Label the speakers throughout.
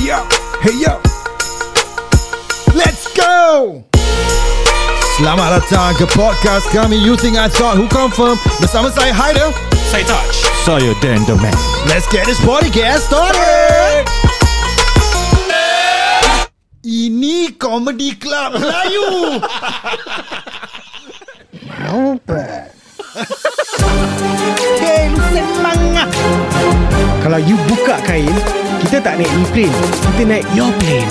Speaker 1: Hey yo Let's go Selamat datang ke podcast kami You Think I Thought Who Confirm Bersama saya Haider
Speaker 2: Saya touch.
Speaker 3: Saya Dan The Man
Speaker 1: Let's get this podcast started Ini Comedy Club Melayu
Speaker 4: Kain semangat Kalau you buka kain Kita tak naik plane Kita naik your plane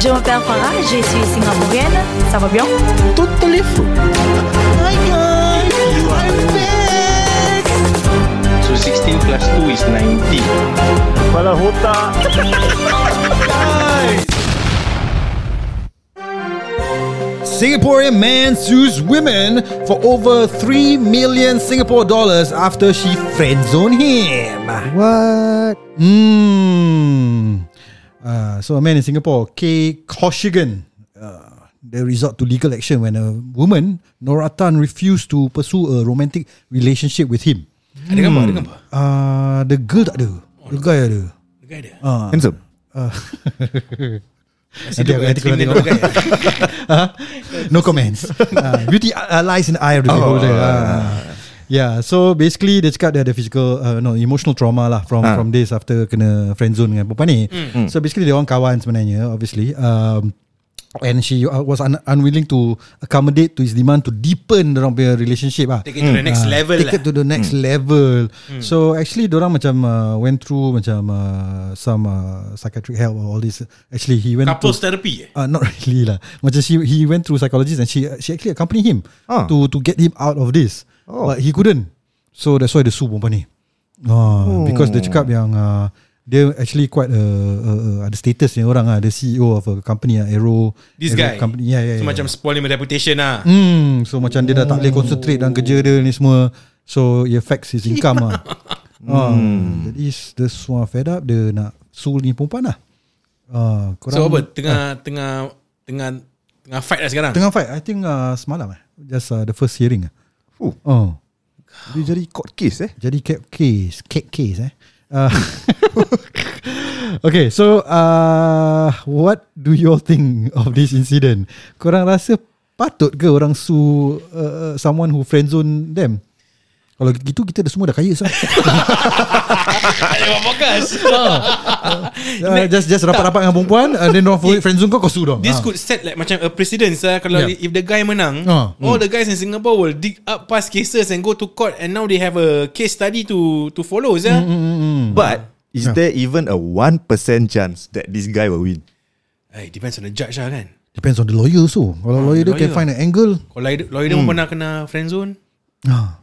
Speaker 5: Je m'appelle Farah, je suis singapourienne. Ça va bien?
Speaker 4: Totally full
Speaker 6: So 16 plus 2 is 19.
Speaker 1: Singaporean man sues women for over 3 million Singapore dollars after she friendzoned him. What? Hmm. Uh, so a man in Singapore, K. Koshigan, uh, they resort to legal action when a woman, Nora Tan, refused to pursue a romantic relationship with him.
Speaker 2: Ada gambar, ada gambar.
Speaker 1: Uh, the girl tak ada. Oh, The guy ada. Ah.
Speaker 2: Dekat ada.
Speaker 3: Handsome
Speaker 1: Nanti aku- nanti kau tengok. no comments. Ah, beauty uh, lies in the eye of the beholder. Ah. Yeah, so basically dia cakap dia ada physical uh, no emotional trauma lah from
Speaker 3: Ah.
Speaker 1: from this after kena friend zone dengan perempuan ni. So basically dia orang kawan sebenarnya obviously. Um, and she uh, was un- unwilling to accommodate to his demand to deepen dia orang punya relationship ah.
Speaker 2: Take it to the next
Speaker 1: Ah,
Speaker 2: level
Speaker 1: take
Speaker 2: lah. Hmm.
Speaker 1: it to the next level so actually orang macam uh, went through macam uh, some uh, psychiatric help or all this actually he went
Speaker 2: Couples
Speaker 1: to
Speaker 2: therapy eh?
Speaker 1: Uh, not really lah. Macam she he went through psychologist and she uh, she actually accompany him
Speaker 3: Ah.
Speaker 1: to to get him out of this.
Speaker 3: Oh.
Speaker 1: But he couldn't. So that's why the sue perempuan ni. Ah, because
Speaker 2: Oh.
Speaker 1: dia cakap yang uh, dia actually quite a, a, a- ada status ni orang ah, the CEO of a company ah, Aero.
Speaker 2: This
Speaker 1: Aero
Speaker 2: guy.
Speaker 1: Company. Ya, Yeah, yeah,
Speaker 2: So
Speaker 1: yeah.
Speaker 2: macam spoil my reputation lah.
Speaker 1: Hmm, so macam dia dah tak boleh concentrate dalam kerja dia ni semua. So it affects his income lah. Hmm. Jadi dia semua fed up dia nak sue ni perempuan lah. Ah, korang-
Speaker 2: So apa? Tengah tengah tengah tengah fight lah sekarang.
Speaker 1: Tengah fight I think uh, semalam eh. Just uh, the first hearing.
Speaker 3: Fuh.
Speaker 1: Oh.
Speaker 3: Dia jadi court case eh
Speaker 1: Jadi cat case, cat case eh. Uh, okay, so uh, what do you all think of this incident? Korang rasa patut ke orang sue uh, someone who friendzone them? Kalau gitu kita dah semua dah kaya sah.
Speaker 2: Tengah podcast.
Speaker 1: Ah. uh, just just rapat-rapat dengan perempuan and then orang Ah. friendzone kau kau sue dong.
Speaker 2: This could set like macam a precedence lah kalau
Speaker 1: Yeah.
Speaker 2: if the guy menang,
Speaker 1: Ah.
Speaker 2: all the guys in Singapore will dig up past cases and go to court and now they have a case study to to follow
Speaker 1: Hmm,
Speaker 2: sah.
Speaker 3: But Is there even a 1% chance That this guy will win
Speaker 2: Eh, depends on the judge lah kan.
Speaker 1: Depends on the lawyer so. Kalau
Speaker 3: Ah,
Speaker 1: lawyer dia can
Speaker 2: lawyer.
Speaker 1: find an angle.
Speaker 2: Kalau lawyer, lawyer dia pun pernah kena friend zone,
Speaker 1: Ah.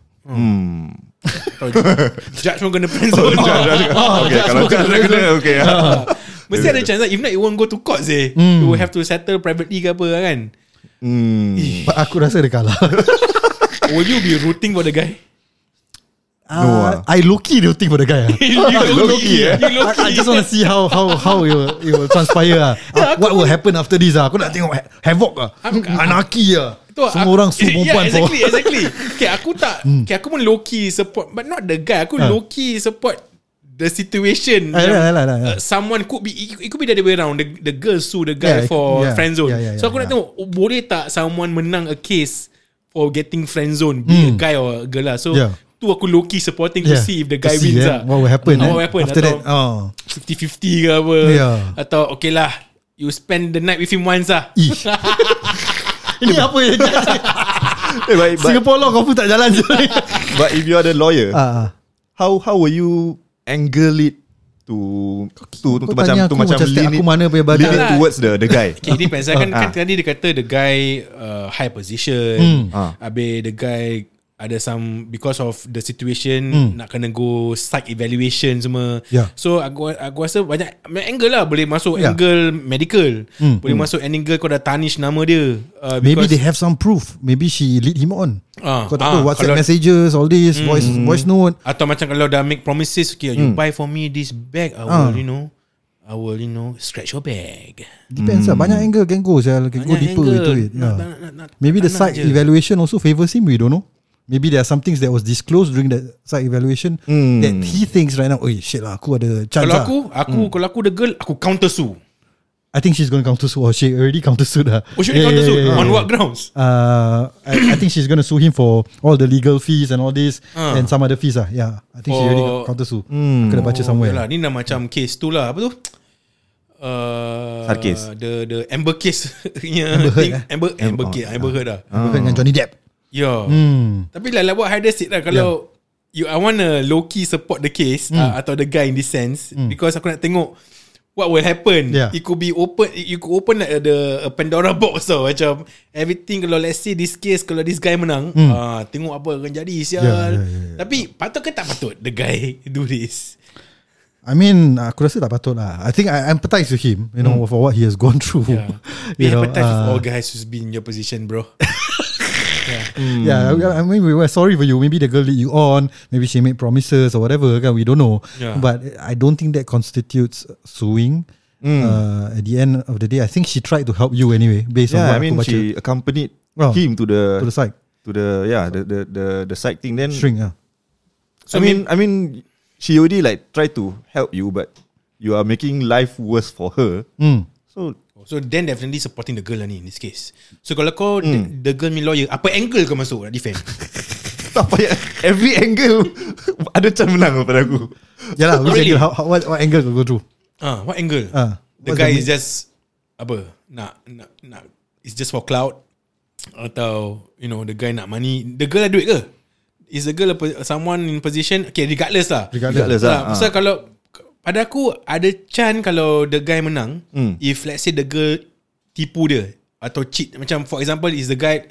Speaker 2: kalau judge pun kena friend zone.
Speaker 1: Oh.
Speaker 3: Okay kalau chance dah kena Okay ah.
Speaker 2: Mesti ada chance lah. If not it won't go to court seh.
Speaker 1: Hmm.
Speaker 2: You will have to settle privately ke apa lah kan.
Speaker 3: Hmm.
Speaker 1: But aku rasa dia kalah.
Speaker 2: Will you be rooting for the guy?
Speaker 1: Uh, I Loki the thing for the guy. ah.
Speaker 2: you
Speaker 3: low-key, eh?
Speaker 2: You low
Speaker 1: I, I just want to see how how how it will, it will transpire ah.
Speaker 2: Ya,
Speaker 1: Uh, what will happen after this ah? Aku nak tengok ha- havoc ah. Anarki ah. Semua orang suruh perempuan Hmm.
Speaker 2: yeah, exactly, exactly. Okay, aku tak Okay, aku pun low key support But not the guy Aku
Speaker 1: Ah.
Speaker 2: low key support The situation
Speaker 1: Ah,
Speaker 2: Macam,
Speaker 1: yeah, yeah, yeah, yeah.
Speaker 2: uh, Someone could be It it could be the other way around The, the girl sue the
Speaker 1: Yeah,
Speaker 2: guy
Speaker 1: it-
Speaker 2: For
Speaker 1: yeah,
Speaker 2: friend zone
Speaker 1: yeah, yeah,
Speaker 2: So aku
Speaker 1: yeah,
Speaker 2: nak tengok Boleh tak someone menang a case For getting friend zone Be a guy or a girl lah So
Speaker 1: Hmm. Yeah.
Speaker 2: tu aku low key supporting To see if the
Speaker 1: To
Speaker 2: guy
Speaker 1: see,
Speaker 2: wins
Speaker 1: eh,
Speaker 2: lah
Speaker 1: What will happen?
Speaker 2: Ah,
Speaker 1: eh?
Speaker 2: What will happen
Speaker 1: After
Speaker 2: Atau
Speaker 1: that, oh.
Speaker 2: 50-50 ke apa
Speaker 1: Yeah.
Speaker 2: Atau okay lah You spend the night with him once lah
Speaker 1: Ih. Ini apa yang jadi?
Speaker 3: Eh, but, but,
Speaker 1: Singapore law kau pun tak jalan je.
Speaker 3: but if you are the lawyer
Speaker 1: Ah, ah.
Speaker 3: How how will you Angle it To To, to,
Speaker 1: Kau
Speaker 3: macam
Speaker 1: tanya
Speaker 3: To
Speaker 1: aku
Speaker 3: macam
Speaker 1: macam step
Speaker 3: lean
Speaker 1: aku
Speaker 3: it-
Speaker 1: mana punya badan.
Speaker 3: Lean it
Speaker 2: Tak.
Speaker 3: towards the the guy
Speaker 2: Okay, it depends. Kan, kan
Speaker 3: Ah.
Speaker 2: tadi dia kata the guy uh, high position.
Speaker 1: Hmm.
Speaker 3: Ah.
Speaker 2: Habis the guy ada some because of the situation
Speaker 1: Hmm.
Speaker 2: nak kena go psych evaluation semua.
Speaker 1: Yeah.
Speaker 2: So aku aku rasa banyak banyak angle lah boleh masuk
Speaker 1: Yeah.
Speaker 2: angle medical. Boleh masuk angle kau dah tarnish nama dia. Uh,
Speaker 1: Hmm. Maybe they have some proof. Maybe she lead him on.
Speaker 2: Ah,
Speaker 1: Kau tak
Speaker 2: ah,
Speaker 1: tahu WhatsApp
Speaker 2: kalau-
Speaker 1: messages, all this voice voice note.
Speaker 2: atau macam kalau dah make promises okay,
Speaker 1: Hmm.
Speaker 2: you buy for me this bag I
Speaker 1: Ah.
Speaker 2: will you know I will you know scratch your bag.
Speaker 1: Depends lah. Banyak angle can go. Saya can go
Speaker 2: Banyak
Speaker 1: Oh, deeper
Speaker 2: angle.
Speaker 1: into it.
Speaker 2: Nak-
Speaker 1: Yeah.
Speaker 2: nak- nak- nak-
Speaker 1: Maybe the
Speaker 2: nak- nak
Speaker 1: site
Speaker 2: je.
Speaker 1: evaluation also favours him. We don't know. Maybe there are some things that was disclosed during that site evaluation
Speaker 3: Hmm.
Speaker 1: that he thinks right now, oh shit lah, aku ada chance
Speaker 2: Kalau
Speaker 1: lah.
Speaker 2: aku, aku mm. kalau aku the girl, aku counter sue.
Speaker 1: I think she's going to counter sue or she already counter sued lah.
Speaker 2: Oh, should yeah, counter sue? On what grounds?
Speaker 1: Uh, I, I think she's going to sue him for all the legal fees and all this
Speaker 2: Ah.
Speaker 1: and some other fees ah. Yeah, I think she already
Speaker 2: Oh.
Speaker 1: counter sue. Aku dah baca somewhere.
Speaker 2: Yalah, ni dah macam case tu lah. Apa tu? Uh,
Speaker 3: Sar case.
Speaker 2: The the Amber case punya
Speaker 1: Amber Heard,
Speaker 2: thing.
Speaker 1: eh?
Speaker 2: Amber, Amber, case. Amber Heard lah.
Speaker 1: Aku dengan Johnny Depp.
Speaker 2: Ya.
Speaker 1: Hmm.
Speaker 2: Tapi lah, like what Haider said lah, kalau you, I want to low-key support the case
Speaker 1: Hmm.
Speaker 2: uh, atau the guy in this sense because aku nak tengok what will happen.
Speaker 1: Yeah.
Speaker 2: It could be open, you could open uh, the a Pandora box tau. Macam everything kalau let's say this case, kalau this guy menang, uh, tengok apa akan jadi
Speaker 1: Hmm.
Speaker 2: sial.
Speaker 1: yeah, yeah,
Speaker 2: Tapi patut ke tak patut the guy do this?
Speaker 1: I mean, aku rasa tak patut lah. I think I empathize with him, you know, for what he has gone through.
Speaker 2: Hmm. Yeah.
Speaker 1: you
Speaker 2: We
Speaker 1: know,
Speaker 2: empathize with
Speaker 1: uh,
Speaker 2: all guys who's been in your position, bro.
Speaker 1: Yeah,
Speaker 2: Hmm.
Speaker 1: I- I mean, we were sorry for you. Maybe the girl lead you on. Maybe she made promises or whatever. Kan? We don't know.
Speaker 2: Yeah.
Speaker 1: But I don't think that constitutes suing.
Speaker 2: Hmm.
Speaker 1: Uh, at the end of the day, I think she tried to help you anyway, based on
Speaker 3: Yeah,
Speaker 1: what
Speaker 3: I mean
Speaker 1: aku baca.
Speaker 3: she accompanied
Speaker 1: Oh.
Speaker 3: him to
Speaker 2: uh,
Speaker 3: the
Speaker 1: to the side
Speaker 2: Hmm.
Speaker 3: to the yeah the the the, the side thing. Then
Speaker 1: shrink. ah.
Speaker 2: So,
Speaker 3: I mean I mean she already like try to help you, but you are making life worse for her.
Speaker 1: Mm.
Speaker 3: So
Speaker 2: So then definitely supporting the girl lah ni in this case. So kalau kau
Speaker 1: Hmm.
Speaker 2: mm. the, the girl ni lawyer, apa angle kau masuk nak defend?
Speaker 3: tak payah every angle ada chance menang pada aku.
Speaker 1: Yeah lah, which
Speaker 2: Really?
Speaker 1: angle, how, how, what, what angle to go through?
Speaker 2: Ah, what angle?
Speaker 1: Ah,
Speaker 2: the
Speaker 1: what's
Speaker 2: guy
Speaker 1: the
Speaker 2: is just apa? Nak nak nak it's just for cloud atau you know the guy nak money. The girl ada duit ke? Is the girl a, pe- someone in position? Okay, regardless lah.
Speaker 1: Regardless.
Speaker 3: Regardless
Speaker 2: lah.
Speaker 3: lah.
Speaker 2: Pasal kalau pada aku ada chance kalau the guy menang mm. if let's say the girl tipu dia atau cheat macam for example is the guy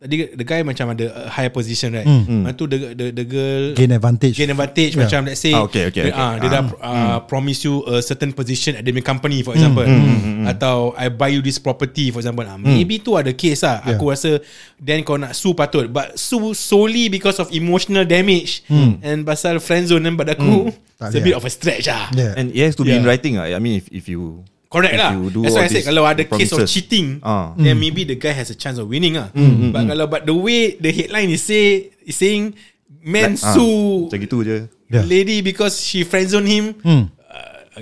Speaker 2: tadi the guy macam ada a high position right. Mm. Lepas tu the the, the girl
Speaker 1: Gain advantage.
Speaker 2: gain advantage yeah.
Speaker 1: Yeah.
Speaker 2: macam let's say
Speaker 3: Ah, Hmm. okay, okay,
Speaker 2: dia,
Speaker 3: okay.
Speaker 2: ah, dia dah uh, promise you a certain position at the main company for example
Speaker 3: Hmm,
Speaker 2: atau I buy you this property for example ah, maybe tu ada case lah
Speaker 1: Yeah.
Speaker 2: aku rasa then kau nak sue patut but sue solely because of emotional damage
Speaker 3: Hmm.
Speaker 2: and pasal friend zone dan pada aku
Speaker 1: Tak
Speaker 2: it's a
Speaker 1: boleh
Speaker 2: bit
Speaker 1: ah.
Speaker 2: of a stretch lah
Speaker 1: Yeah.
Speaker 3: And it has to be in
Speaker 2: Yeah.
Speaker 3: writing. ah. I mean if if you
Speaker 2: Correct
Speaker 3: If
Speaker 2: lah
Speaker 3: you do
Speaker 2: That's why I
Speaker 3: all
Speaker 2: said
Speaker 3: these
Speaker 2: Kalau ada case of
Speaker 3: promises.
Speaker 2: cheating
Speaker 3: Ah. Hmm,
Speaker 2: Then maybe the guy has a chance of winning ah. But kalau But the way The headline is say Is saying Man
Speaker 3: ah,
Speaker 2: sue
Speaker 3: macam gitu je.
Speaker 1: Yeah.
Speaker 2: Lady because she friendzone him uh,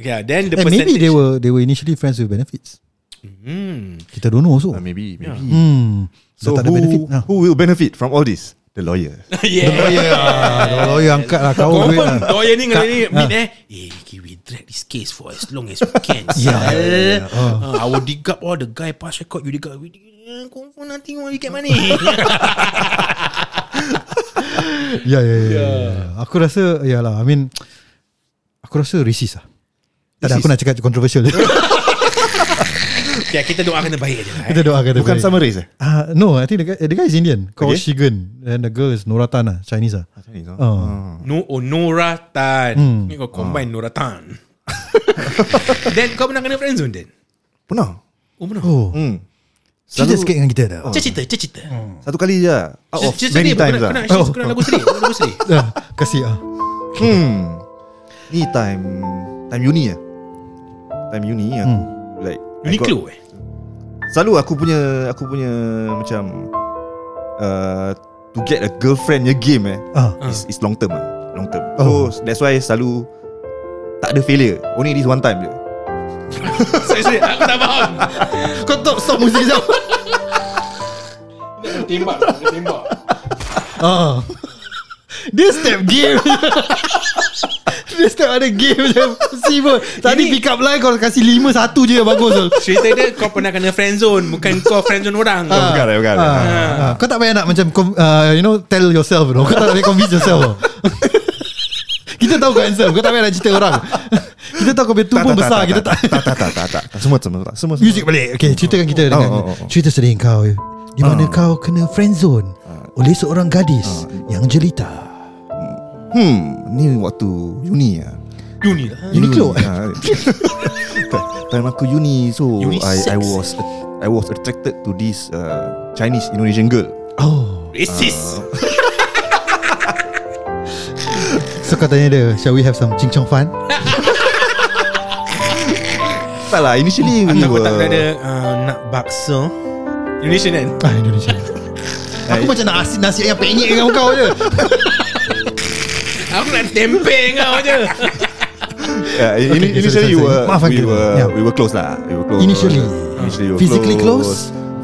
Speaker 2: Okay lah, Then the
Speaker 1: And Eh,
Speaker 2: percentage
Speaker 1: maybe they were they were initially friends with benefits.
Speaker 2: Hmm.
Speaker 1: Kita don't know also.
Speaker 3: Ah, maybe maybe.
Speaker 1: Hmm.
Speaker 3: So
Speaker 1: Dah tak ada
Speaker 3: who
Speaker 1: benefit. Ah.
Speaker 3: who will benefit from all this? The lawyer.
Speaker 2: Yeah
Speaker 1: Ah, the lawyer angkat lah kau duit
Speaker 2: Confirm
Speaker 1: lah.
Speaker 2: Lawyer ni Kalau ni Meet eh Eh okay, we drag this case For as long as we can Yeah, Uh, I will dig up all the guy Past record You dig up we dig- eh, Confirm nothing When we get money
Speaker 1: Ya ya ya. Aku rasa ya lah. I mean aku rasa racist lah. Tak ada, aku nak cakap controversial.
Speaker 2: okay, Kita doakan yang baik je lah, eh.
Speaker 1: Kita doakan dia
Speaker 3: Bukan
Speaker 1: baik.
Speaker 3: sama race eh?
Speaker 1: Ah, no, I think the guy, the guy is Indian. Called
Speaker 3: Okay.
Speaker 1: Shigan. And the girl is Noratan lah, Chinese lah.
Speaker 3: Chinese, ah.
Speaker 1: Oh.
Speaker 2: No oh, Nora Tan hmm. Ni kau combine Nora Tan Then kau pernah kena friendzone then
Speaker 3: Pernah.
Speaker 2: Oh pernah
Speaker 1: Oh.
Speaker 3: Hmm.
Speaker 1: She just sikit dengan kita dah.
Speaker 2: Cik cerita Cik cerita
Speaker 3: Satu kali je. Out of Hmm. many times lah.
Speaker 2: Kena kena lagu sedih Lagu sedih
Speaker 1: Ah, kasih ah.
Speaker 3: Hmm. Ni time time uni ah. Time uni aku like I
Speaker 2: Uniqlo eh
Speaker 3: got- Selalu aku punya aku punya macam uh, to get a girlfriend your game eh
Speaker 1: Ah.
Speaker 3: is, is long term ah. Long term.
Speaker 1: Oh.
Speaker 3: So that's why selalu tak ada failure. Only this one time je.
Speaker 2: Sorry sorry Aku tak faham
Speaker 3: Kau tak stop muzik jauh.
Speaker 2: Tembak Tembak
Speaker 1: Ah. Dia step game. Dia step ada game je. Si pun. Tadi
Speaker 2: Ini-
Speaker 1: pick up line kau kasih 5-1 je yang bagus. Zul.
Speaker 2: Cerita dia kau pernah kena friendzone Bukan kau friendzone orang
Speaker 3: Bukan lah, bukan.
Speaker 1: Ah,
Speaker 3: lah.
Speaker 1: ah. Kau tak payah nak macam com- ah, You know Tell yourself you know. Kau tak payah convince yourself tau. Kita tahu kau handsome Kau tak payah nak cerita orang Kita tahu kau punya tubuh besar Kita tak
Speaker 3: tak tak tak tak tak tak. semua semua tak semua semua
Speaker 1: Music balik Okay ceritakan kita
Speaker 3: Oh,
Speaker 1: dengan
Speaker 3: oh, oh, oh.
Speaker 1: Cerita sedih kau Di mana kau kena friendzone Oleh seorang gadis Yang jelita
Speaker 3: hmm ni waktu uni ah
Speaker 2: Uni lah
Speaker 1: Uniqlo
Speaker 3: Ah, Time aku uni So
Speaker 2: Unisex.
Speaker 3: I, I was I was attracted to this uh, Chinese Indonesian girl
Speaker 1: Oh
Speaker 3: Ah.
Speaker 2: Racist
Speaker 1: So kau tanya dia Shall we have some ching chong fun?
Speaker 3: Tak lah Initially we
Speaker 2: Atau kau
Speaker 3: were
Speaker 2: tak pernah ada uh, Nak bakso Indonesian kan
Speaker 1: Ah Indonesia Aku macam nak asin nasi yang penyek dengan kau je
Speaker 2: Aku nak tempeh kau je
Speaker 3: Yeah,
Speaker 1: Okay, okay,
Speaker 3: in,
Speaker 1: sorry,
Speaker 3: initially you
Speaker 1: sorry,
Speaker 3: were,
Speaker 1: sorry. Maafkan
Speaker 3: we
Speaker 1: kita.
Speaker 3: were
Speaker 1: Yeah.
Speaker 3: we were close lah. We were close.
Speaker 1: Initially.
Speaker 3: initially we were
Speaker 1: Physically close?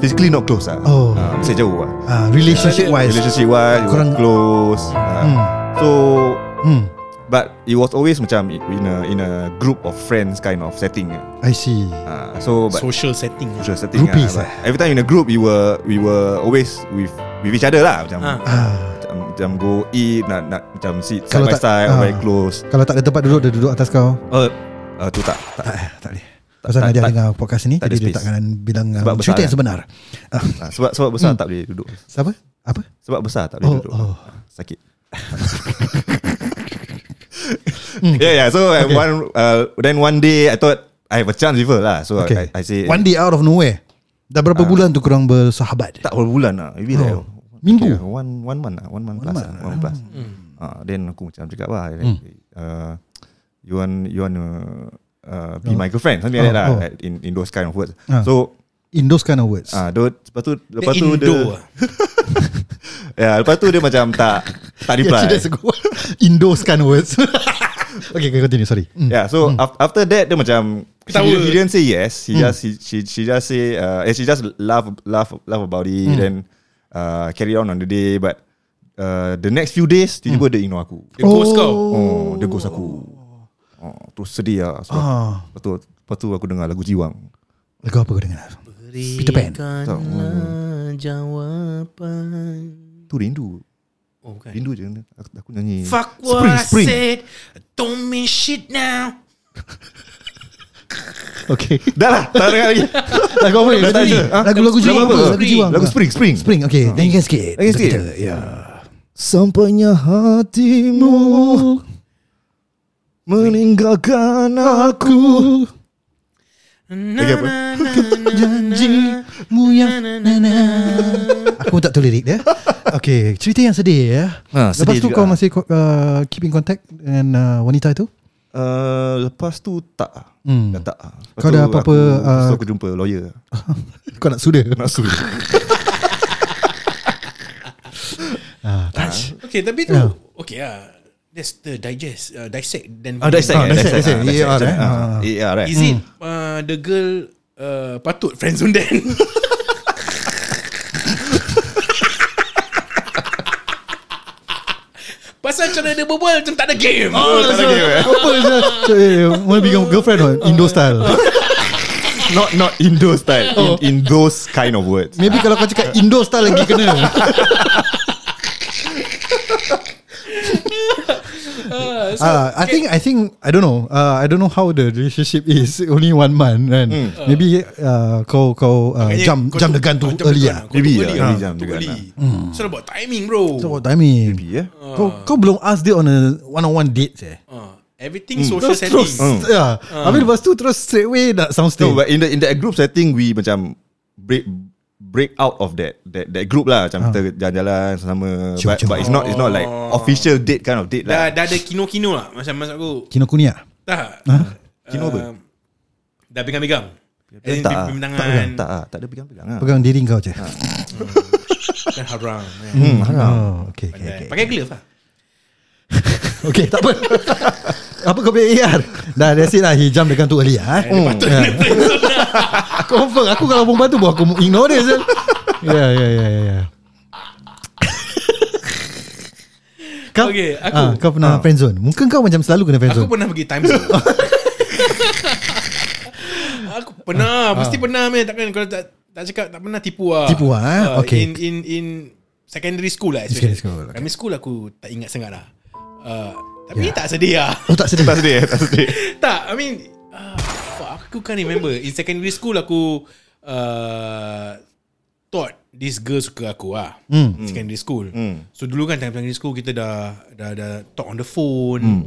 Speaker 3: Physically not close lah.
Speaker 1: Oh.
Speaker 3: Ah, masih jauh lah.
Speaker 1: Ah, Relationship wise
Speaker 3: Relationship wise, you
Speaker 1: Korang-
Speaker 3: were close. Ah.
Speaker 1: Hmm.
Speaker 3: So,
Speaker 1: Hmm
Speaker 3: but it was always macam in a in a group of friends kind of setting.
Speaker 1: I see
Speaker 3: Ah, so, but
Speaker 2: Social setting
Speaker 3: social setting. ah,
Speaker 1: Groupies
Speaker 3: but
Speaker 1: lah.
Speaker 3: Every time in a group, we were we were always with with each other lah. Macam,
Speaker 2: Ah.
Speaker 1: Ah,
Speaker 3: macam, macam go eat, nak nak macam sit side
Speaker 1: Kalau
Speaker 3: by
Speaker 1: tak-
Speaker 3: side,
Speaker 1: ah.
Speaker 3: or very close.
Speaker 1: Kalau tak ada tempat duduk Dia duduk atas kau
Speaker 3: Uh, uh, tu tak, tak
Speaker 1: Tak tak boleh Pasal
Speaker 3: tak-
Speaker 1: Nadia
Speaker 3: tak-
Speaker 1: dengar podcast ni
Speaker 3: tak
Speaker 1: Jadi
Speaker 3: ada
Speaker 1: dia
Speaker 3: space.
Speaker 1: takkan bilang ah,
Speaker 3: Sebab
Speaker 1: Cerita
Speaker 3: besar kan?"
Speaker 1: yang sebenar Ah,
Speaker 3: Ah, sebab sebab besar tak boleh duduk.
Speaker 1: Siapa? Apa?
Speaker 3: Sebab besar tak boleh
Speaker 1: Oh,
Speaker 3: duduk.
Speaker 1: oh.
Speaker 3: Ah, Sakit. yeah, yeah. So
Speaker 1: Hmm.
Speaker 3: okay.
Speaker 1: Okay.
Speaker 3: one uh, then one day I thought I have a chance with her lah. So
Speaker 1: Okay.
Speaker 3: okay. I, I say
Speaker 1: One day out of nowhere Dah berapa bulan tu kurang bersahabat?
Speaker 3: tak berbulan lah. Maybe like
Speaker 1: Oh. Minggu?
Speaker 3: Okay, one one month lah. One month
Speaker 1: One
Speaker 3: plus.
Speaker 1: month Hmm.
Speaker 3: lah,
Speaker 1: lah.
Speaker 3: one plus. Ah, then aku macam cakap lah. Like, uh, you want you want uh, uh, be
Speaker 1: Oh.
Speaker 3: my girlfriend something
Speaker 1: Oh,
Speaker 3: like that lah.
Speaker 1: oh.
Speaker 3: like In in those kind of words.
Speaker 1: Ah.
Speaker 3: So
Speaker 1: In those kind of words
Speaker 3: ah, uh, lepas tu lepas
Speaker 2: Lepas
Speaker 3: tu
Speaker 2: Indo ah.
Speaker 3: dia Ya, lepas tu dia macam tak tak reply.
Speaker 1: Actually that's a good one. In those kind of words Okay okay, continue sorry Mm.
Speaker 3: Yeah, so mm. after that dia macam
Speaker 2: Ketawa.
Speaker 3: Ketawa. He, he didn't say yes. He mm. just he, she she just say uh, eh, she just laugh laugh laugh about it mm. then uh, carry on on the day but uh, the next few days tiba-tiba dia ignore aku.
Speaker 2: Dia ghost kau
Speaker 3: Oh, dia ghost aku. Oh, tu sedih lah. So, ah.
Speaker 1: Ah,
Speaker 3: lepas, tu, lepas tu aku dengar lagu Jiwang.
Speaker 1: Lagu apa kau dengar? Peter Pan
Speaker 3: Tak, Oh.
Speaker 2: jawapan
Speaker 3: Tu rindu.
Speaker 2: Oh bukan
Speaker 3: Rindu je. Aku, aku nyanyi.
Speaker 2: Fuck what
Speaker 1: Spring,
Speaker 2: I
Speaker 1: spring.
Speaker 2: said Don't mean shit now
Speaker 1: Okay
Speaker 3: Dah lah, tak dengar lagi.
Speaker 1: Lagu apa?
Speaker 3: Lagu
Speaker 1: Lagu-
Speaker 3: apa?
Speaker 1: Lagu-lagu
Speaker 3: Ah, Lagu
Speaker 1: jiwang
Speaker 3: apa?
Speaker 1: apa? Lagu jiwang
Speaker 3: Lagu Spring, Spring.
Speaker 1: Spring okay Nyanyikan sikit
Speaker 3: Nyanyikan sikit.
Speaker 1: Kita, Ya Sampainya
Speaker 3: Oh. Mm.
Speaker 1: hatimu
Speaker 3: Meninggalkan aku.
Speaker 2: Na
Speaker 3: Lagi apa?
Speaker 2: na na
Speaker 1: Janjimu yang nana. Aku pun tak tahu lirik dia Okay Cerita yang sedih ya
Speaker 3: Ah,
Speaker 1: Lepas
Speaker 3: sedih
Speaker 1: tu
Speaker 3: juga.
Speaker 1: kau masih ko- uh, Keep in contact Dengan uh, wanita itu
Speaker 3: Uh, lepas tu tak
Speaker 1: Hmm.
Speaker 3: hmm. Dah tak lepas
Speaker 1: Kau
Speaker 3: tu
Speaker 1: ada apa-apa,
Speaker 3: aku, lepas tu
Speaker 1: uh,
Speaker 3: aku jumpa lawyer
Speaker 1: Kau nak sudah
Speaker 3: Nak sue
Speaker 1: ah, Touch
Speaker 2: Okay tapi tu
Speaker 1: Yeah.
Speaker 2: Okay lah That's the digest uh, Dissect then
Speaker 3: Ah, dissect
Speaker 1: Ah,
Speaker 3: eh,
Speaker 1: dissect, dissect.
Speaker 3: ah,
Speaker 1: AR, eh.
Speaker 3: ah,
Speaker 1: Ah.
Speaker 3: AR, right
Speaker 2: Is it uh, The girl uh, Patut friendzone then Pasal cara dia berbual Macam tak ada game oh,
Speaker 3: tak ada game, eh?
Speaker 1: Apa dia so, eh, Wanna become girlfriend or Indo style
Speaker 3: Not not in those type in, in those kind of words
Speaker 1: Maybe kalau kau cakap Indo style lagi kena Ah, I think I think I don't know. Uh, I don't know how the relationship is. Only one month, kan? Maybe uh, kau kau uh,
Speaker 2: Hmm. Maknanya
Speaker 1: jump
Speaker 2: kau
Speaker 1: jump
Speaker 2: tu-
Speaker 1: the gun
Speaker 2: ah,
Speaker 1: too
Speaker 2: jump the
Speaker 1: early
Speaker 2: gun,
Speaker 1: ah. lah.
Speaker 2: kau tu
Speaker 3: Maybe,
Speaker 2: early,
Speaker 3: yeah,
Speaker 2: ah,
Speaker 3: maybe jump
Speaker 2: tu
Speaker 3: the gun,
Speaker 2: early.
Speaker 1: Hmm.
Speaker 2: It's all about timing
Speaker 1: So
Speaker 2: bro
Speaker 1: what timing?
Speaker 3: Maybe Ah, yeah.
Speaker 1: Kau kau belum ask dia on a one on one date eh.
Speaker 2: Ah, Everything social setting Hmm.
Speaker 1: Ya. Habis lepas tu terus straight away nak soundstage.
Speaker 3: No but in the in that group setting We macam Break break out of that that that group
Speaker 1: Ah.
Speaker 3: lah macam kita jalan-jalan sama
Speaker 1: Jom,
Speaker 3: but,
Speaker 1: jom.
Speaker 3: but it's not it's not like official date kind of date
Speaker 2: Dah,
Speaker 3: lah
Speaker 2: dah ada kino-kino lah Macam maksud aku
Speaker 1: Kinokuniya.
Speaker 2: Tak
Speaker 1: Ha?
Speaker 3: Kino apa?
Speaker 2: Um, Dah pegang-pegang As in
Speaker 3: tak ah,
Speaker 2: pegangan.
Speaker 3: tak pegang, tak ah, tak ada pegang-pegang ah.
Speaker 1: Pegang diri kau je.
Speaker 2: Hmm. Dan haram
Speaker 3: Hmm, haram.
Speaker 1: Oh, okay, okay,
Speaker 2: Pandai.
Speaker 1: okay.
Speaker 2: Eh, Pakai glove lah
Speaker 1: Okay, tak apa. apa kau punya AR? Dah, that's it lah. He jump the gun too early ah. Eh.
Speaker 2: Lepas tu dia friendzone lah
Speaker 1: Confirm Aku kalau perempuan tu Aku ignore dia Zal Ya ya ya ya, ya Kau
Speaker 2: Okay, aku.
Speaker 1: ah, Kau pernah friendzone Mungkin kau macam selalu kena
Speaker 2: Aku
Speaker 1: friendzone
Speaker 2: pernah pergi time zone Aku
Speaker 1: Ah,
Speaker 2: pernah Mesti pernah man. Takkan kalau tak tak cakap tak pernah tipu lah
Speaker 1: Tipu lah, eh?
Speaker 2: Ah,
Speaker 1: Okay.
Speaker 2: In in in secondary school lah
Speaker 1: Secondary
Speaker 2: especially.
Speaker 1: school, okay.
Speaker 2: Primary school aku tak ingat sangat lah Ah, Tapi tak sedih lah
Speaker 1: Oh tak sedih
Speaker 3: Tak sedih, eh, tak sedih.
Speaker 2: Tak, I mean uh, Aku can't remember In secondary school aku uh, Thought This girl suka aku lah mm. Secondary school mm. So dulu kan time secondary school Kita dah Dah, dah talk on the phone mm.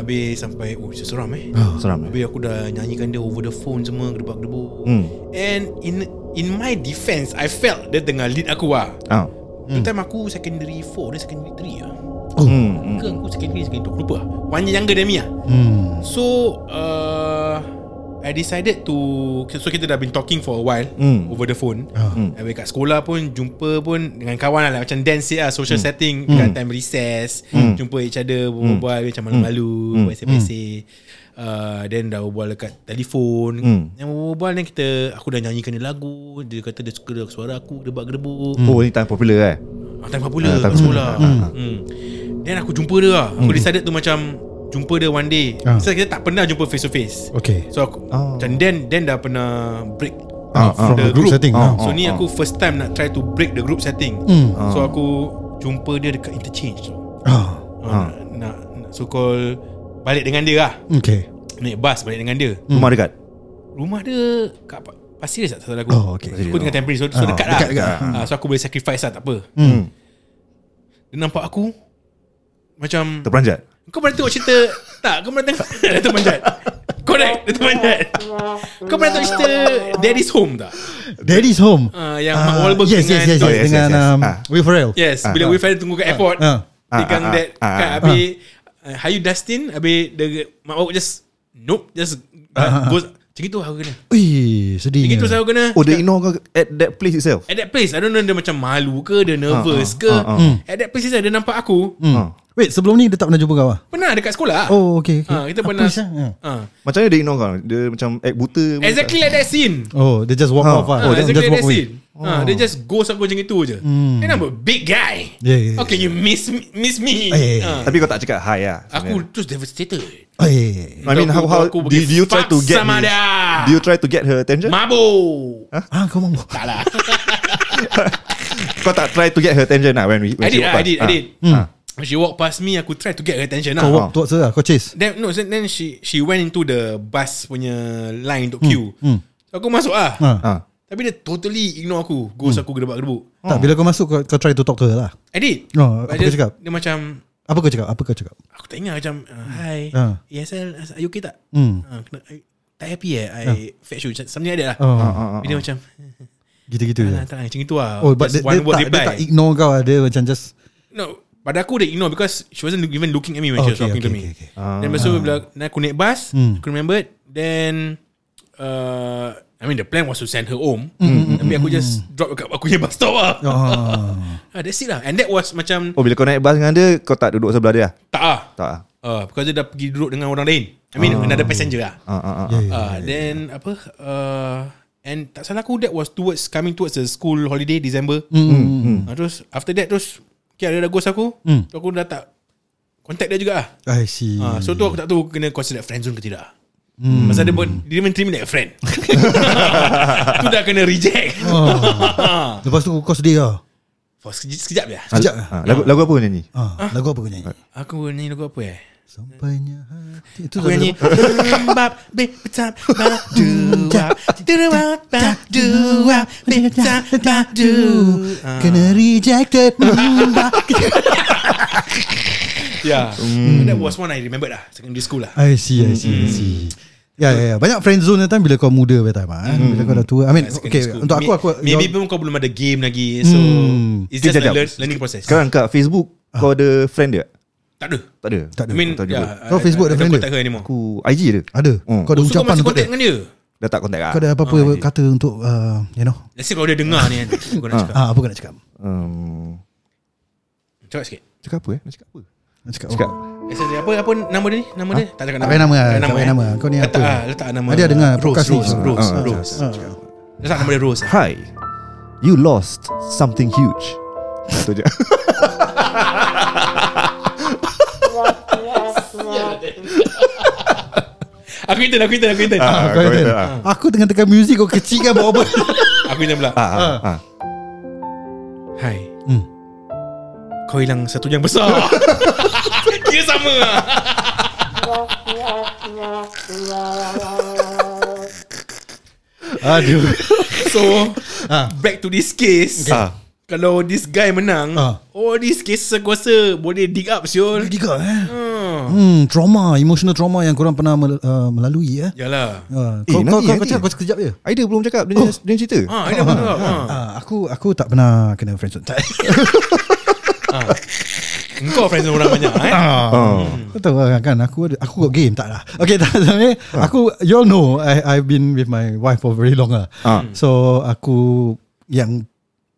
Speaker 2: Habis sampai Oh seram eh
Speaker 3: Seram.
Speaker 2: Habis aku dah nyanyikan dia Over the phone semua Gedebak-gedebuk mm. And in In my defense I felt Dia tengah lead aku lah
Speaker 3: Ah.
Speaker 2: mm. Time aku secondary 4 Dia secondary 3 lah
Speaker 3: Hmm.
Speaker 2: ke aku secondary secondary two aku lupa lah. one year younger than me lah hmm. so ah. uh, I decided to So kita dah been talking for a while
Speaker 3: Mm.
Speaker 2: Over the phone mm. Habis kat sekolah pun Jumpa pun Dengan kawan lah like, Macam dance lah Social setting Kat time recess Jumpa each other Berbual macam malu-malu Biasa-biasa Uh, then dah berbual dekat telefon Yang berbual ni kita Aku dah nyanyikan dia lagu Dia kata dia suka suara aku Gebak-gebuk
Speaker 3: Oh ni time popular eh
Speaker 2: Ah, time popular
Speaker 3: Ah, time
Speaker 2: kat sekolah.
Speaker 3: popular.
Speaker 2: Hmm. Hmm. Then aku jumpa dia lah. Aku decided tu macam jumpa dia one day.
Speaker 1: Ah. Oh.
Speaker 2: So kita tak pernah jumpa face to face.
Speaker 1: Okay.
Speaker 2: So aku
Speaker 3: Ah.
Speaker 2: macam then then dah pernah break
Speaker 1: Ah,
Speaker 2: out
Speaker 1: from the group setting.
Speaker 3: Ah,
Speaker 2: So
Speaker 3: ah,
Speaker 2: ni
Speaker 3: ah.
Speaker 2: aku first time nak try to break the group setting.
Speaker 1: Hmm.
Speaker 2: So aku jumpa dia dekat interchange. So,
Speaker 1: Ah,
Speaker 2: ah. nak, nak, nak so called balik dengan dia lah.
Speaker 1: okay.
Speaker 2: Naik bus balik dengan dia.
Speaker 1: Hmm.
Speaker 3: Rumah dekat
Speaker 2: Rumah dia kat Pa- Pasir Ris tak salah aku.
Speaker 1: Oh, okay.
Speaker 2: Aku dengan Tampines so, so
Speaker 1: Ah,
Speaker 2: dekat,
Speaker 1: dekat,
Speaker 2: lah.
Speaker 1: dekat.
Speaker 2: Ah, so aku boleh sacrifice lah tak apa.
Speaker 1: Hmm.
Speaker 2: Dia nampak aku Macam
Speaker 3: Terperanjat
Speaker 2: Kau pernah tengok cerita Tak kau pernah tengok Dato' Manjat Correct Dato' Manjat Kau pernah tengok cerita Daddy's Home tak
Speaker 1: Daddy's home.
Speaker 2: uh, Yang Mark
Speaker 1: Ah,
Speaker 2: Wahlberg
Speaker 1: yes, yes,
Speaker 2: dengan
Speaker 1: yes, yes,
Speaker 3: Oh, yes,
Speaker 1: dengan
Speaker 3: yes, yes.
Speaker 1: um,
Speaker 3: Ah.
Speaker 1: Will Ferrell.
Speaker 2: yes
Speaker 3: Ah,
Speaker 2: Bila
Speaker 3: ah.
Speaker 2: we Ferrell tunggu kat airport
Speaker 1: ah.
Speaker 2: Pegang
Speaker 3: Ah, ah,
Speaker 2: that
Speaker 3: ah,
Speaker 2: Kat
Speaker 3: ah,
Speaker 2: habis uh, How you Dustin Habis the, Mark Wahlberg just Nope Just
Speaker 1: Ah,
Speaker 2: uh, goes, Macam itu aku kena
Speaker 1: Ui, sedih.
Speaker 2: Macam itu saya kena
Speaker 3: Oh they ignore kau at that place itself
Speaker 2: At that place I don't know dia macam malu ke Dia nervous
Speaker 3: ah,
Speaker 2: ke
Speaker 3: ah, ah.
Speaker 2: At that place dia nampak aku
Speaker 3: Ah.
Speaker 1: Hmm. Wait, sebelum ni dia tak pernah jumpa kau ah?
Speaker 2: Pernah dekat sekolah
Speaker 1: Oh, okay, okay.
Speaker 2: Ah, Kita
Speaker 1: Apa
Speaker 2: pernah
Speaker 1: sia? Ah.
Speaker 2: Ah.
Speaker 3: Macam mana dia ignore kau Dia macam act buta pun
Speaker 2: Exactly like that scene
Speaker 1: Oh, they just walk
Speaker 3: Ah.
Speaker 1: off ah.
Speaker 2: Oh,
Speaker 1: They
Speaker 2: exactly
Speaker 1: just
Speaker 2: like
Speaker 1: walk
Speaker 2: that
Speaker 1: away.
Speaker 2: scene.
Speaker 3: Oh.
Speaker 2: Ah, dia just ghost aku macam itu je.
Speaker 3: Hmm.
Speaker 2: Then I'm a big guy.
Speaker 1: Yeah, yeah,
Speaker 2: How can you miss me- miss me?
Speaker 1: Ah, yeah, yeah.
Speaker 2: Ah,
Speaker 3: Tapi kau tak cakap hi lah
Speaker 2: Aku just devastated.
Speaker 1: Eh,
Speaker 3: I mean how how
Speaker 2: Aku- aku
Speaker 3: do, do you try
Speaker 2: fuck
Speaker 3: to get
Speaker 2: sama
Speaker 3: his-
Speaker 2: dia.
Speaker 3: Do you try to get her attention?
Speaker 2: Mabuk.
Speaker 1: ah, kau mampu.
Speaker 2: Tak lah.
Speaker 3: Kau tak try to get her attention lah when we
Speaker 2: I
Speaker 3: when she
Speaker 2: did,
Speaker 3: walk
Speaker 2: I
Speaker 3: past?
Speaker 2: did, I
Speaker 3: Ah.
Speaker 2: did. When she walk past me, aku try to get her attention
Speaker 1: Hmm. Kau
Speaker 2: lah.
Speaker 1: walk towards her lah, kau chase.
Speaker 2: Then no, so then she she went into the bus punya line untuk queue.
Speaker 3: Hmm.
Speaker 1: Hmm.
Speaker 2: So aku masuk ah.
Speaker 1: Ah.
Speaker 3: Ah.
Speaker 2: Tapi dia totally ignore aku. Ghost
Speaker 1: Hmm.
Speaker 2: aku gedebak-gedebuk.
Speaker 1: Tak, bila kau masuk kau, kau try to talk to her lah.
Speaker 2: I did.
Speaker 1: Oh, apa
Speaker 2: But
Speaker 1: dia
Speaker 2: dia,
Speaker 1: cakap?
Speaker 2: dia macam
Speaker 1: Apa kau cakap? Apa kau cakap?
Speaker 2: Aku tak ingat macam uh, Hi
Speaker 1: Ah.
Speaker 2: uh. ESL Are you okay tak
Speaker 1: Hmm. Ha.
Speaker 2: uh, kena, I, Tak happy eh I fetch you Macam- Something like that lah
Speaker 1: Oh,
Speaker 3: ah, ah,
Speaker 2: Dia macam
Speaker 1: gitu-gitu je.
Speaker 2: "Alah, Tak lah macam itu lah
Speaker 1: Oh, but
Speaker 2: Just
Speaker 1: dia, dia, tak, dia tak ignore kau lah. Dia macam just
Speaker 2: No Pada aku dia ignore Because she wasn't even looking at me When she was
Speaker 1: Okay,
Speaker 2: talking
Speaker 1: okay,
Speaker 2: to me
Speaker 1: okay, okay. Ah.
Speaker 2: Then lepas tu bila Then aku naik bus
Speaker 1: Hmm.
Speaker 2: Aku remembered Then uh, I mean the plan was to send her home
Speaker 1: Hmm,
Speaker 2: Tapi aku just Drop kat aku punya bus stop lah
Speaker 1: Oh.
Speaker 2: Ah, That's it lah And that was macam
Speaker 3: Oh bila kau naik bus dengan dia Kau tak duduk sebelah dia lah?
Speaker 2: Tak ah
Speaker 3: Tak ah.
Speaker 2: uh, Because dia dah pergi duduk dengan orang lain I mean another passenger lah
Speaker 3: Ah, ah, ah, ah.
Speaker 1: yeah, yeah.
Speaker 2: Ah, then apa? Uh, and tak salah aku that was towards coming towards the school holiday December. Mm. Uh, terus after that terus okay, ada dah ghost aku.
Speaker 1: Mm.
Speaker 2: Tu aku dah tak contact dia juga ah.
Speaker 1: I see.
Speaker 2: Ah, so tu aku tak tahu kena consider friend zone ke tidak. Hmm. Pasal dia, buat, dia didn't treat me like a friend Tu dah kena reject Ah.
Speaker 1: Oh. Lepas tu kau sedih kau.
Speaker 2: For sekejap, sekejap je
Speaker 3: Ah,
Speaker 1: Sekejap.
Speaker 3: ah, lagu, lagu apa kau nyanyi?
Speaker 1: Ah, lagu apa kau nyanyi?
Speaker 2: Aku nyanyi lagu apa eh
Speaker 1: Sampainya hati itu
Speaker 2: Aku
Speaker 1: lagu
Speaker 2: nyanyi
Speaker 1: apa?
Speaker 2: Bap Bip Tap Bap Dua Dua Bap Dua Bip Tap Bap Dua Ah.
Speaker 1: Kena rejected Hmm, bah. Ya.
Speaker 2: Yeah.
Speaker 1: Hmm.
Speaker 2: Mm. That was one I remembered lah secondary school lah.
Speaker 1: I see I see I see Ya ya ya Banyak friend zone that time Bila kau muda that time ah. Bila kau dah tua I mean
Speaker 2: Secondary
Speaker 1: okay
Speaker 2: school.
Speaker 1: Untuk aku
Speaker 2: May-
Speaker 1: aku
Speaker 2: maybe
Speaker 1: your-
Speaker 2: pun kau belum ada game lagi. So
Speaker 1: Hmm.
Speaker 2: it's just a
Speaker 3: Kejap, kejap.
Speaker 2: learn, learning process.
Speaker 3: Sekarang kat Facebook Kau ada friend dia?
Speaker 2: tak ada.
Speaker 3: Tak ada?
Speaker 1: Ah. Tak ada.
Speaker 2: I mean,
Speaker 3: Tak ada.
Speaker 2: yeah,
Speaker 1: Kau Facebook ada
Speaker 2: I, I, I
Speaker 1: friend
Speaker 2: don't
Speaker 1: dia?
Speaker 2: contact her anymore.
Speaker 3: Aku IG dia
Speaker 1: Ada
Speaker 3: Hmm.
Speaker 1: Kau ada ucapan
Speaker 2: Oh, so kau masih
Speaker 1: untuk
Speaker 2: contact
Speaker 1: dia
Speaker 2: dengan dia?
Speaker 3: Dah tak contact lah
Speaker 1: Kau ada apa-apa kata untuk uh, You know
Speaker 2: Let's see kalau dia dengar ni kan. Kau nak cakap.
Speaker 1: ah, Apa kau nak cakap
Speaker 3: um,
Speaker 2: Cakap sikit.
Speaker 3: Cakap apa eh? Nak cakap apa?
Speaker 1: Nak cakap,
Speaker 3: Cakap
Speaker 1: oh.
Speaker 2: Eh, saya- Apa apa nama dia ni? Nama dia? Tak cakap
Speaker 1: Tak payah nama lah,
Speaker 2: Tak
Speaker 1: tak
Speaker 2: payah
Speaker 1: payah
Speaker 2: eh?
Speaker 1: nama. Kau ni
Speaker 2: letak,
Speaker 1: apa?
Speaker 2: ah, Letak nama.
Speaker 1: Ada dengar
Speaker 2: Rose,
Speaker 1: podcast ni.
Speaker 2: Rose, Rose,
Speaker 3: Ah,
Speaker 2: Rose.
Speaker 3: ah,
Speaker 2: Letak nama dia Rose. ah.
Speaker 3: Hi You lost something huge Itu je
Speaker 2: Aku intern, aku intern, aku intern.
Speaker 1: Ah,
Speaker 3: Ah,
Speaker 1: kau
Speaker 3: kau
Speaker 1: kata,
Speaker 3: kata, ah.
Speaker 1: Aku tengah tekan muzik Kau kecil kan buat apa
Speaker 2: Aku intern pula.
Speaker 3: Ah, ah, ah.
Speaker 2: Hai.
Speaker 1: Hmm.
Speaker 2: Kau hilang satu yang besar. Kira sama lah.
Speaker 1: Aduh
Speaker 2: So
Speaker 1: Ah.
Speaker 2: Back to this case
Speaker 3: Okay.
Speaker 2: ah. Kalau this guy menang oh,
Speaker 1: Ah.
Speaker 2: All these cases aku rasa Boleh dig up siul
Speaker 1: Tiga eh Hmm, trauma, emotional trauma yang korang pernah mel- uh, melalui eh.
Speaker 2: Yalah
Speaker 1: Uh,
Speaker 3: Eh,
Speaker 1: kau, kau, kau,
Speaker 3: nanti,
Speaker 1: kau
Speaker 3: nanti.
Speaker 1: cakap kau sekejap je.
Speaker 3: Aida belum cakap Dia, oh. dia cerita
Speaker 2: Ha, ini aku cakap ha.
Speaker 1: Ah, aku aku tak pernah kena friendzone. Tak.
Speaker 2: Engkau friends dengan orang banyak eh?
Speaker 1: Ah.
Speaker 3: Oh.
Speaker 1: Kau tahu lah kan Aku ada, aku got game tak lah Okay tak sebenarnya Aku You all know I, I've been with my wife For very long lah
Speaker 3: Ah.
Speaker 1: So aku Yang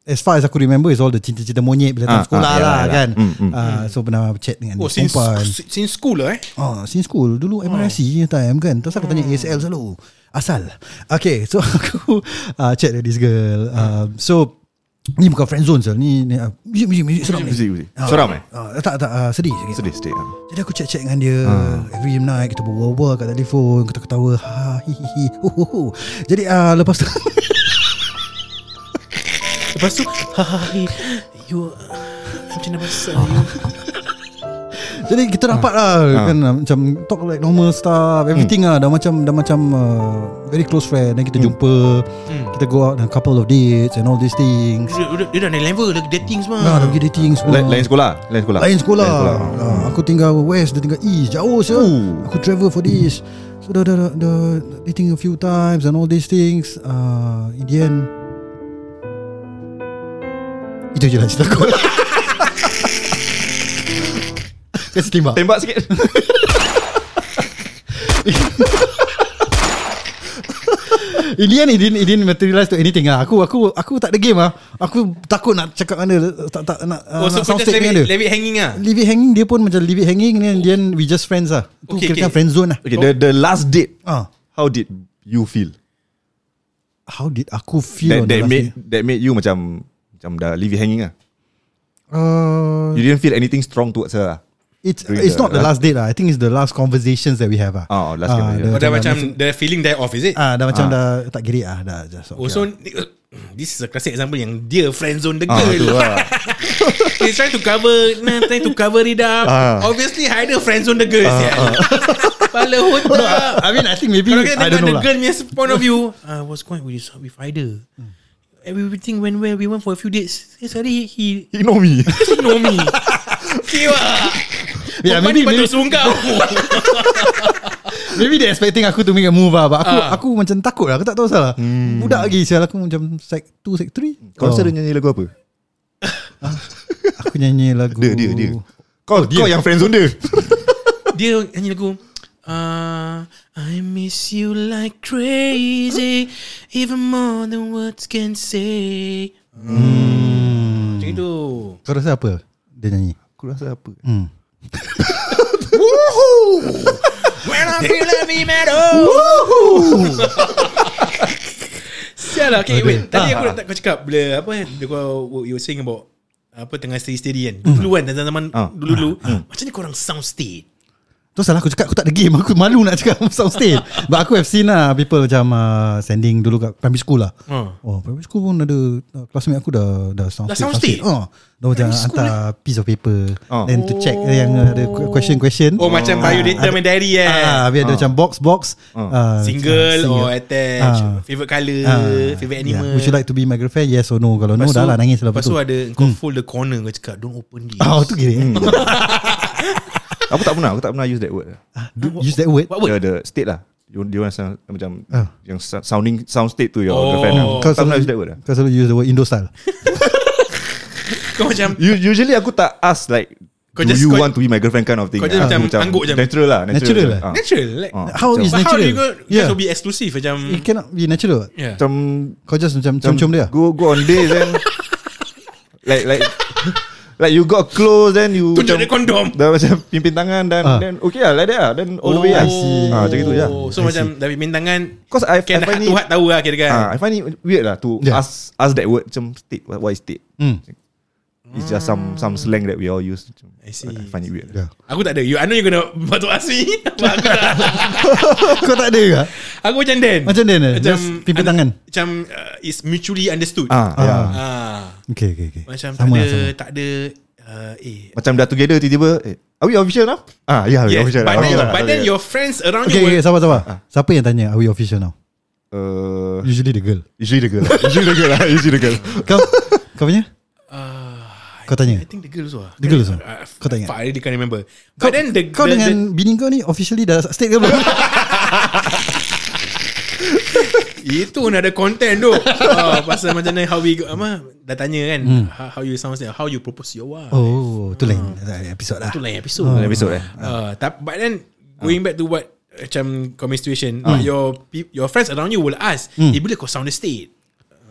Speaker 1: As far as aku remember Is all the cinta-cinta monyet Bila
Speaker 3: Ah,
Speaker 1: time
Speaker 3: ah,
Speaker 1: sekolah
Speaker 3: yalah,
Speaker 1: lah
Speaker 3: yalah.
Speaker 1: kan
Speaker 3: Mm, mm.
Speaker 1: Ah, So pernah chat dengan
Speaker 2: Oh, since, since school lah eh
Speaker 1: Oh, since school dulu MRC punya time kan. Terus aku
Speaker 2: Hmm.
Speaker 1: tanya ASL selalu. Asal. Okay, so aku uh, chat with this girl. Um, so ni bukan friend zone sel. Ni ni uh, muzik muzik muzik seram ni.
Speaker 3: Muzik, muzik.
Speaker 1: Ah,
Speaker 3: Seram eh?
Speaker 1: ah, tak tak uh, sedih sikit.
Speaker 3: Sedih sedih ah.
Speaker 1: Jadi aku chat-chat dengan dia
Speaker 3: Ha.
Speaker 1: Every night Kita berbual-bual kat telefon Ketawa-ketawa ha, hi, hi, hi. Ho, ho, ho. Jadi uh, lepas tu
Speaker 2: Lepas tu Hai You Macam mana pasal you
Speaker 1: Jadi
Speaker 3: Ha.
Speaker 1: kita dapat lah kan uh, macam talk like normal stuff everything
Speaker 3: Hmm.
Speaker 1: lah dah macam dah macam uh, very close friend dan kita jumpa kita go out on a couple of dates and all these things.
Speaker 2: Dia- dia- Dia dah naik level Lagi dating semua
Speaker 1: Nah, dah pergi dating semua.
Speaker 3: Hmm. Lain, lain sekolah, lain sekolah.
Speaker 1: Oh. Lain sekolah. Ah, aku tinggal west dia tinggal east. Jauh sia.
Speaker 3: Ooh.
Speaker 1: Aku travel for this. So dah dah dah, dah dating a few times and all these things. Uh, in the end itu je lah cerita aku. Kasi timbang.
Speaker 3: Tembak sikit.
Speaker 1: In the end it didn't, it didn't materialize to anything lah. Aku aku aku tak ada game ah. Aku takut nak cakap dengan dia tak tak nak,
Speaker 2: Oh
Speaker 1: uh, nak
Speaker 2: so kau just
Speaker 1: soundstage
Speaker 2: leave
Speaker 1: dengan
Speaker 2: it,
Speaker 1: dia.
Speaker 2: leave it hanging lah
Speaker 1: Leave it hanging dia pun macam leave it hanging then in the end we just friends lah. Tu
Speaker 2: Okay,
Speaker 1: okay, kira
Speaker 2: okay.
Speaker 1: friend zone lah.
Speaker 3: Okay, the the last date.
Speaker 1: Ah.
Speaker 3: How did you feel?
Speaker 1: How did aku feel
Speaker 3: That
Speaker 1: on
Speaker 3: that
Speaker 1: the last
Speaker 3: made
Speaker 1: day?
Speaker 3: that made you macam macam dah leave it hanging ah.
Speaker 1: Uh,
Speaker 3: You didn't feel anything strong towards her. ah?
Speaker 1: it's
Speaker 3: during
Speaker 1: it's
Speaker 3: the
Speaker 1: not the last
Speaker 3: last-
Speaker 1: date lah. I think it's the last conversations that we have ah.
Speaker 3: Oh,
Speaker 1: Ah,
Speaker 3: last conversation.
Speaker 1: the-
Speaker 2: Oh dah
Speaker 1: the-
Speaker 2: macam The feeling die off is it
Speaker 1: Ah, dah macam dah tak gerik ah dah just okay.
Speaker 2: Oh so ni- This is a classic example Yang dia friend zone the
Speaker 3: Ah, tu
Speaker 2: girl
Speaker 3: lah.
Speaker 2: He's trying to cover nah, Trying to cover it up
Speaker 3: Ah.
Speaker 2: Obviously Haider friend zone the girl sia. Kepala
Speaker 1: lah.
Speaker 2: otak
Speaker 1: I mean I think maybe
Speaker 2: Kalau kita
Speaker 1: I don't
Speaker 2: tengok
Speaker 1: know lah.
Speaker 2: the girl punya point of view I was going with, with Haider
Speaker 1: Hmm.
Speaker 2: Everything went well We went for a few dates Yes, hari he
Speaker 3: Ignore me.
Speaker 2: She know me Siwa
Speaker 1: Yeah,
Speaker 2: Perempuan
Speaker 1: maybe
Speaker 2: ni patut
Speaker 1: maybe,
Speaker 2: suruh kau
Speaker 1: maybe they expecting aku to make a move lah But aku
Speaker 2: Ah.
Speaker 1: aku macam takut lah Aku tak tahu salah Budak lagi Sial aku macam Sec 2, sec 3
Speaker 3: Hmm. Kau rasa dia nyanyi lagu apa?
Speaker 1: Aku nyanyi lagu
Speaker 3: Dia dia
Speaker 1: Oh.
Speaker 3: dia. Kau kau yang friendzone dia.
Speaker 2: Dia nyanyi lagu Ah, I miss you like crazy Even more than words can say hmm. Macam itu
Speaker 1: Kau rasa apa Dia nyanyi
Speaker 3: Aku rasa apa?
Speaker 1: hmm.
Speaker 2: When I feel heavy metal Sial lah Okay wait Tadi
Speaker 1: Ah.
Speaker 2: aku nak kau cakap Bila apa eh, Bila kau You were saying about apa tengah steady-steady kan
Speaker 1: Hmm.
Speaker 2: Dulu kan Zaman-zaman
Speaker 3: Ah.
Speaker 2: dulu-dulu Macam ni korang soundstage
Speaker 1: Terus salah aku cakap Aku tak ada game Aku malu nak cakap Soundstage But aku have seen lah People macam uh, Sending dulu kat primary school lah
Speaker 2: Ah.
Speaker 1: Oh primary school pun ada uh, Classmate aku dah Dah soundstage
Speaker 2: Dah soundstage?
Speaker 1: Oh, Dah macam
Speaker 2: Primary school lah?
Speaker 1: hantar piece of paper
Speaker 3: Oh.
Speaker 1: Then to check Yang ada question-question
Speaker 2: Oh, macam bio data main diary eh. Oh.
Speaker 1: Ah, Habis ada macam box-box ah,
Speaker 2: Single
Speaker 1: macam
Speaker 2: or
Speaker 1: single.
Speaker 2: attached
Speaker 1: Ah.
Speaker 2: Favorite colour
Speaker 1: Ah,
Speaker 2: Favorite
Speaker 1: yeah.
Speaker 2: animal
Speaker 1: Would you like to be my girlfriend? Yes or no? Kalau no,
Speaker 2: Lepas
Speaker 1: dah
Speaker 2: tu-
Speaker 1: lah nangis lah
Speaker 2: Lepas tu ada Kau fold the corner Kau cakap Don't open this
Speaker 1: Oh, tu kira. Hmm.
Speaker 3: Aku tak pernah, aku tak pernah use that word. ah.
Speaker 1: Use that word.
Speaker 2: What
Speaker 3: The,
Speaker 2: word?
Speaker 3: the state lah. You, you want sound, macam
Speaker 1: Ah.
Speaker 3: yang sou- sounding sound state to your
Speaker 2: Oh.
Speaker 3: girlfriend. Lah.
Speaker 1: Kau
Speaker 3: Tak
Speaker 1: selalu-
Speaker 3: pernah use that word. Lah.
Speaker 1: Kau selalu use the word Indo style.
Speaker 2: Kau macam
Speaker 3: U- Usually aku tak ask like
Speaker 2: Kau
Speaker 3: Do
Speaker 2: just-
Speaker 3: you
Speaker 2: kau-
Speaker 3: want to be my girlfriend kind of thing
Speaker 2: kau just
Speaker 3: Ah,
Speaker 2: macam angguk je.
Speaker 3: Natural lah Natural,
Speaker 1: Natural lah.
Speaker 3: Ah.
Speaker 2: Natural like,
Speaker 3: Ah.
Speaker 1: How is
Speaker 2: But how do
Speaker 1: natural?
Speaker 2: you go You yeah.
Speaker 1: yeah.
Speaker 2: to be exclusive Macam
Speaker 1: It cannot be natural.
Speaker 2: yeah.
Speaker 3: Macam
Speaker 1: Kau just macam cium-cium dia. lah.
Speaker 3: Go go on days then Like like Like you got close Then you
Speaker 2: Tunjuk dia kondom
Speaker 3: Dah macam pimpin tangan Dan
Speaker 1: Ah.
Speaker 3: then okay lah like that lah Then
Speaker 1: Oh,
Speaker 3: all
Speaker 2: Oh,
Speaker 3: the way lah Ah, Macam itu je
Speaker 2: So macam Dah pimpin tangan
Speaker 3: Because I, I
Speaker 2: Kan
Speaker 3: find
Speaker 2: hak
Speaker 3: it
Speaker 2: Tuhan tahu lah kira kan
Speaker 3: ah, I find it weird lah To
Speaker 1: Yeah.
Speaker 3: ask ask that word Macam state What, what is state
Speaker 1: Hmm.
Speaker 3: It's just some some slang that we all use Macam,
Speaker 2: I see.
Speaker 3: I find it weird
Speaker 1: Yeah.
Speaker 2: Aku tak ada you, I know you gonna But to ask me But aku tak
Speaker 1: Kau tak ada ke?
Speaker 2: Aku macam Dan
Speaker 1: Macam Dan, eh? Just pimpin tangan.
Speaker 2: Macam uh, It's mutually understood
Speaker 3: Ah, yeah.
Speaker 1: Ah.
Speaker 2: Ah,
Speaker 1: Okay, okay, okay.
Speaker 2: Macam
Speaker 1: Sama
Speaker 2: tak
Speaker 1: lah,
Speaker 2: ada
Speaker 1: sama.
Speaker 2: Tak ada uh, Eh
Speaker 3: Macam dah together tiba-tiba eh, Are we official now? Ah, yeah, we
Speaker 2: Yes,
Speaker 3: official
Speaker 2: but
Speaker 3: now.
Speaker 2: then,
Speaker 3: Okay lah,
Speaker 2: but
Speaker 3: okay.
Speaker 2: then your friends around
Speaker 1: Okay,
Speaker 2: you
Speaker 1: okay,
Speaker 2: will,
Speaker 1: sabar, sabar. Siapa yang tanya, are we official now?
Speaker 3: uh,
Speaker 1: Ah. Usually the girl.
Speaker 3: Usually the girl lah. Usually the girl lah. Usually the girl.
Speaker 1: Kau? kau punya? Kau tanya?
Speaker 2: Ah, I think the girl also. ah.
Speaker 1: The girl also?
Speaker 2: I- I-
Speaker 1: Kau tak ingat?
Speaker 2: I really can't remember. But then the
Speaker 1: Kau
Speaker 2: the,
Speaker 1: dengan bini kau ni officially dah state ke belum?
Speaker 2: the, Itu pun ada content tu oh, Pasal macam mana How we go, Amah Dah tanya kan hmm. how, how you sounds like, How you propose to your wife
Speaker 1: Oh, tu lain
Speaker 2: Ah.
Speaker 1: episod lah.
Speaker 2: Itu lain episode Lain
Speaker 3: episod, eh?
Speaker 1: Ah.
Speaker 2: uh, tap, But then Going back to what Macam Common situation
Speaker 1: Ah.
Speaker 2: But your pe- Your friends around you Will ask
Speaker 1: Hmm.
Speaker 2: Eh bila kau sound estate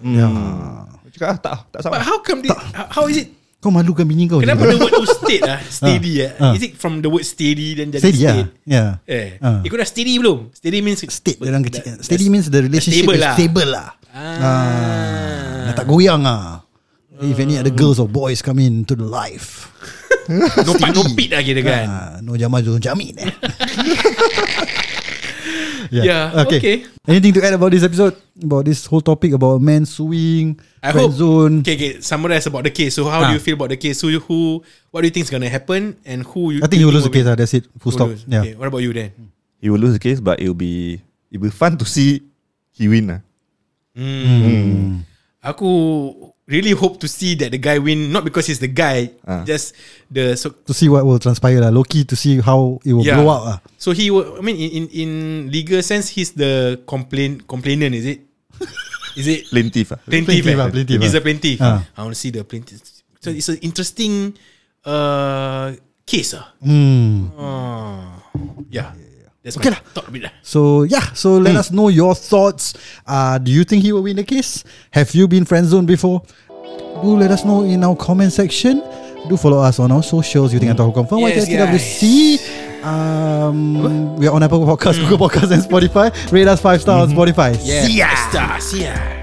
Speaker 1: Ya.
Speaker 2: Hmm.
Speaker 3: Aku Cakap ah, tak, tak sama.
Speaker 2: But how come this, how, how is it
Speaker 1: Kau malukan bini kau.
Speaker 2: Kenapa
Speaker 1: je.
Speaker 2: the word tu state lah Steady lah
Speaker 1: Oh, Ah.
Speaker 2: Is it from the word steady Then jadi
Speaker 1: Steady lah.
Speaker 2: state
Speaker 1: Yeah.
Speaker 2: Eh,
Speaker 1: Ah.
Speaker 2: eh, kau dah steady belum? Steady means
Speaker 1: State dia orang kecil.
Speaker 2: Dah- dah-
Speaker 1: Steady means the relationship
Speaker 2: stable
Speaker 1: is
Speaker 2: lah.
Speaker 1: stable lah.
Speaker 2: Ah.
Speaker 1: Dah tak goyang ah. If any other girls or boys come in to the life.
Speaker 2: No pat no pit lah kira kan.
Speaker 1: Ah, no jamal no jamin eh.
Speaker 2: Yeah, Ya, okay.
Speaker 1: Anything to add about this episode? About this whole topic about men suing,
Speaker 2: I
Speaker 1: friend
Speaker 2: hope
Speaker 1: zone.
Speaker 2: Mm. Okay, okay. Summarize about the case. So, how
Speaker 1: Ah.
Speaker 2: do you feel about the case? Who, who, what do you think is gonna happen, and who
Speaker 1: I
Speaker 2: you?
Speaker 1: think he will lose the
Speaker 2: will be-
Speaker 1: case. ah. That's it. Full
Speaker 2: who
Speaker 1: stop.
Speaker 2: lose?
Speaker 1: Yeah.
Speaker 2: Okay, what about you then?
Speaker 3: He will lose the case but it will be it will be fun to see he win lah.
Speaker 2: Aku really hope to see that the guy win, not because he's the guy,
Speaker 3: Ah.
Speaker 2: just the so.
Speaker 1: To see what will transpire lah. Loki to see how it will
Speaker 2: Yeah.
Speaker 1: blow out lah.
Speaker 2: So he, will, I mean, in, in in legal sense, he's the complaint complainant. Is it? is it
Speaker 3: Plaintiff lah.
Speaker 2: plaintiff?
Speaker 1: Plaintiff
Speaker 2: eh?
Speaker 1: lah, plaintiff
Speaker 2: He's
Speaker 1: lah.
Speaker 2: a plaintiff.
Speaker 1: Ah.
Speaker 2: I want to see the plaintiff. So it's an interesting uh, case. Ah.
Speaker 1: Hmm.
Speaker 2: Yeah. That's
Speaker 1: Okay
Speaker 2: my
Speaker 1: lah.
Speaker 2: thought a bit lah.
Speaker 1: So yeah, so let us know your thoughts. Uh, do you think he will win the case? Have you been friend zoned before? Do let us know in our comment section. Do follow us on our socials. You think I talk confirm?
Speaker 2: Yes,
Speaker 1: YTSTWC. Um, we are on Apple Podcasts, Google Podcasts, and Spotify. Rate us five stars on Spotify.
Speaker 2: Yeah. See ya. See ya.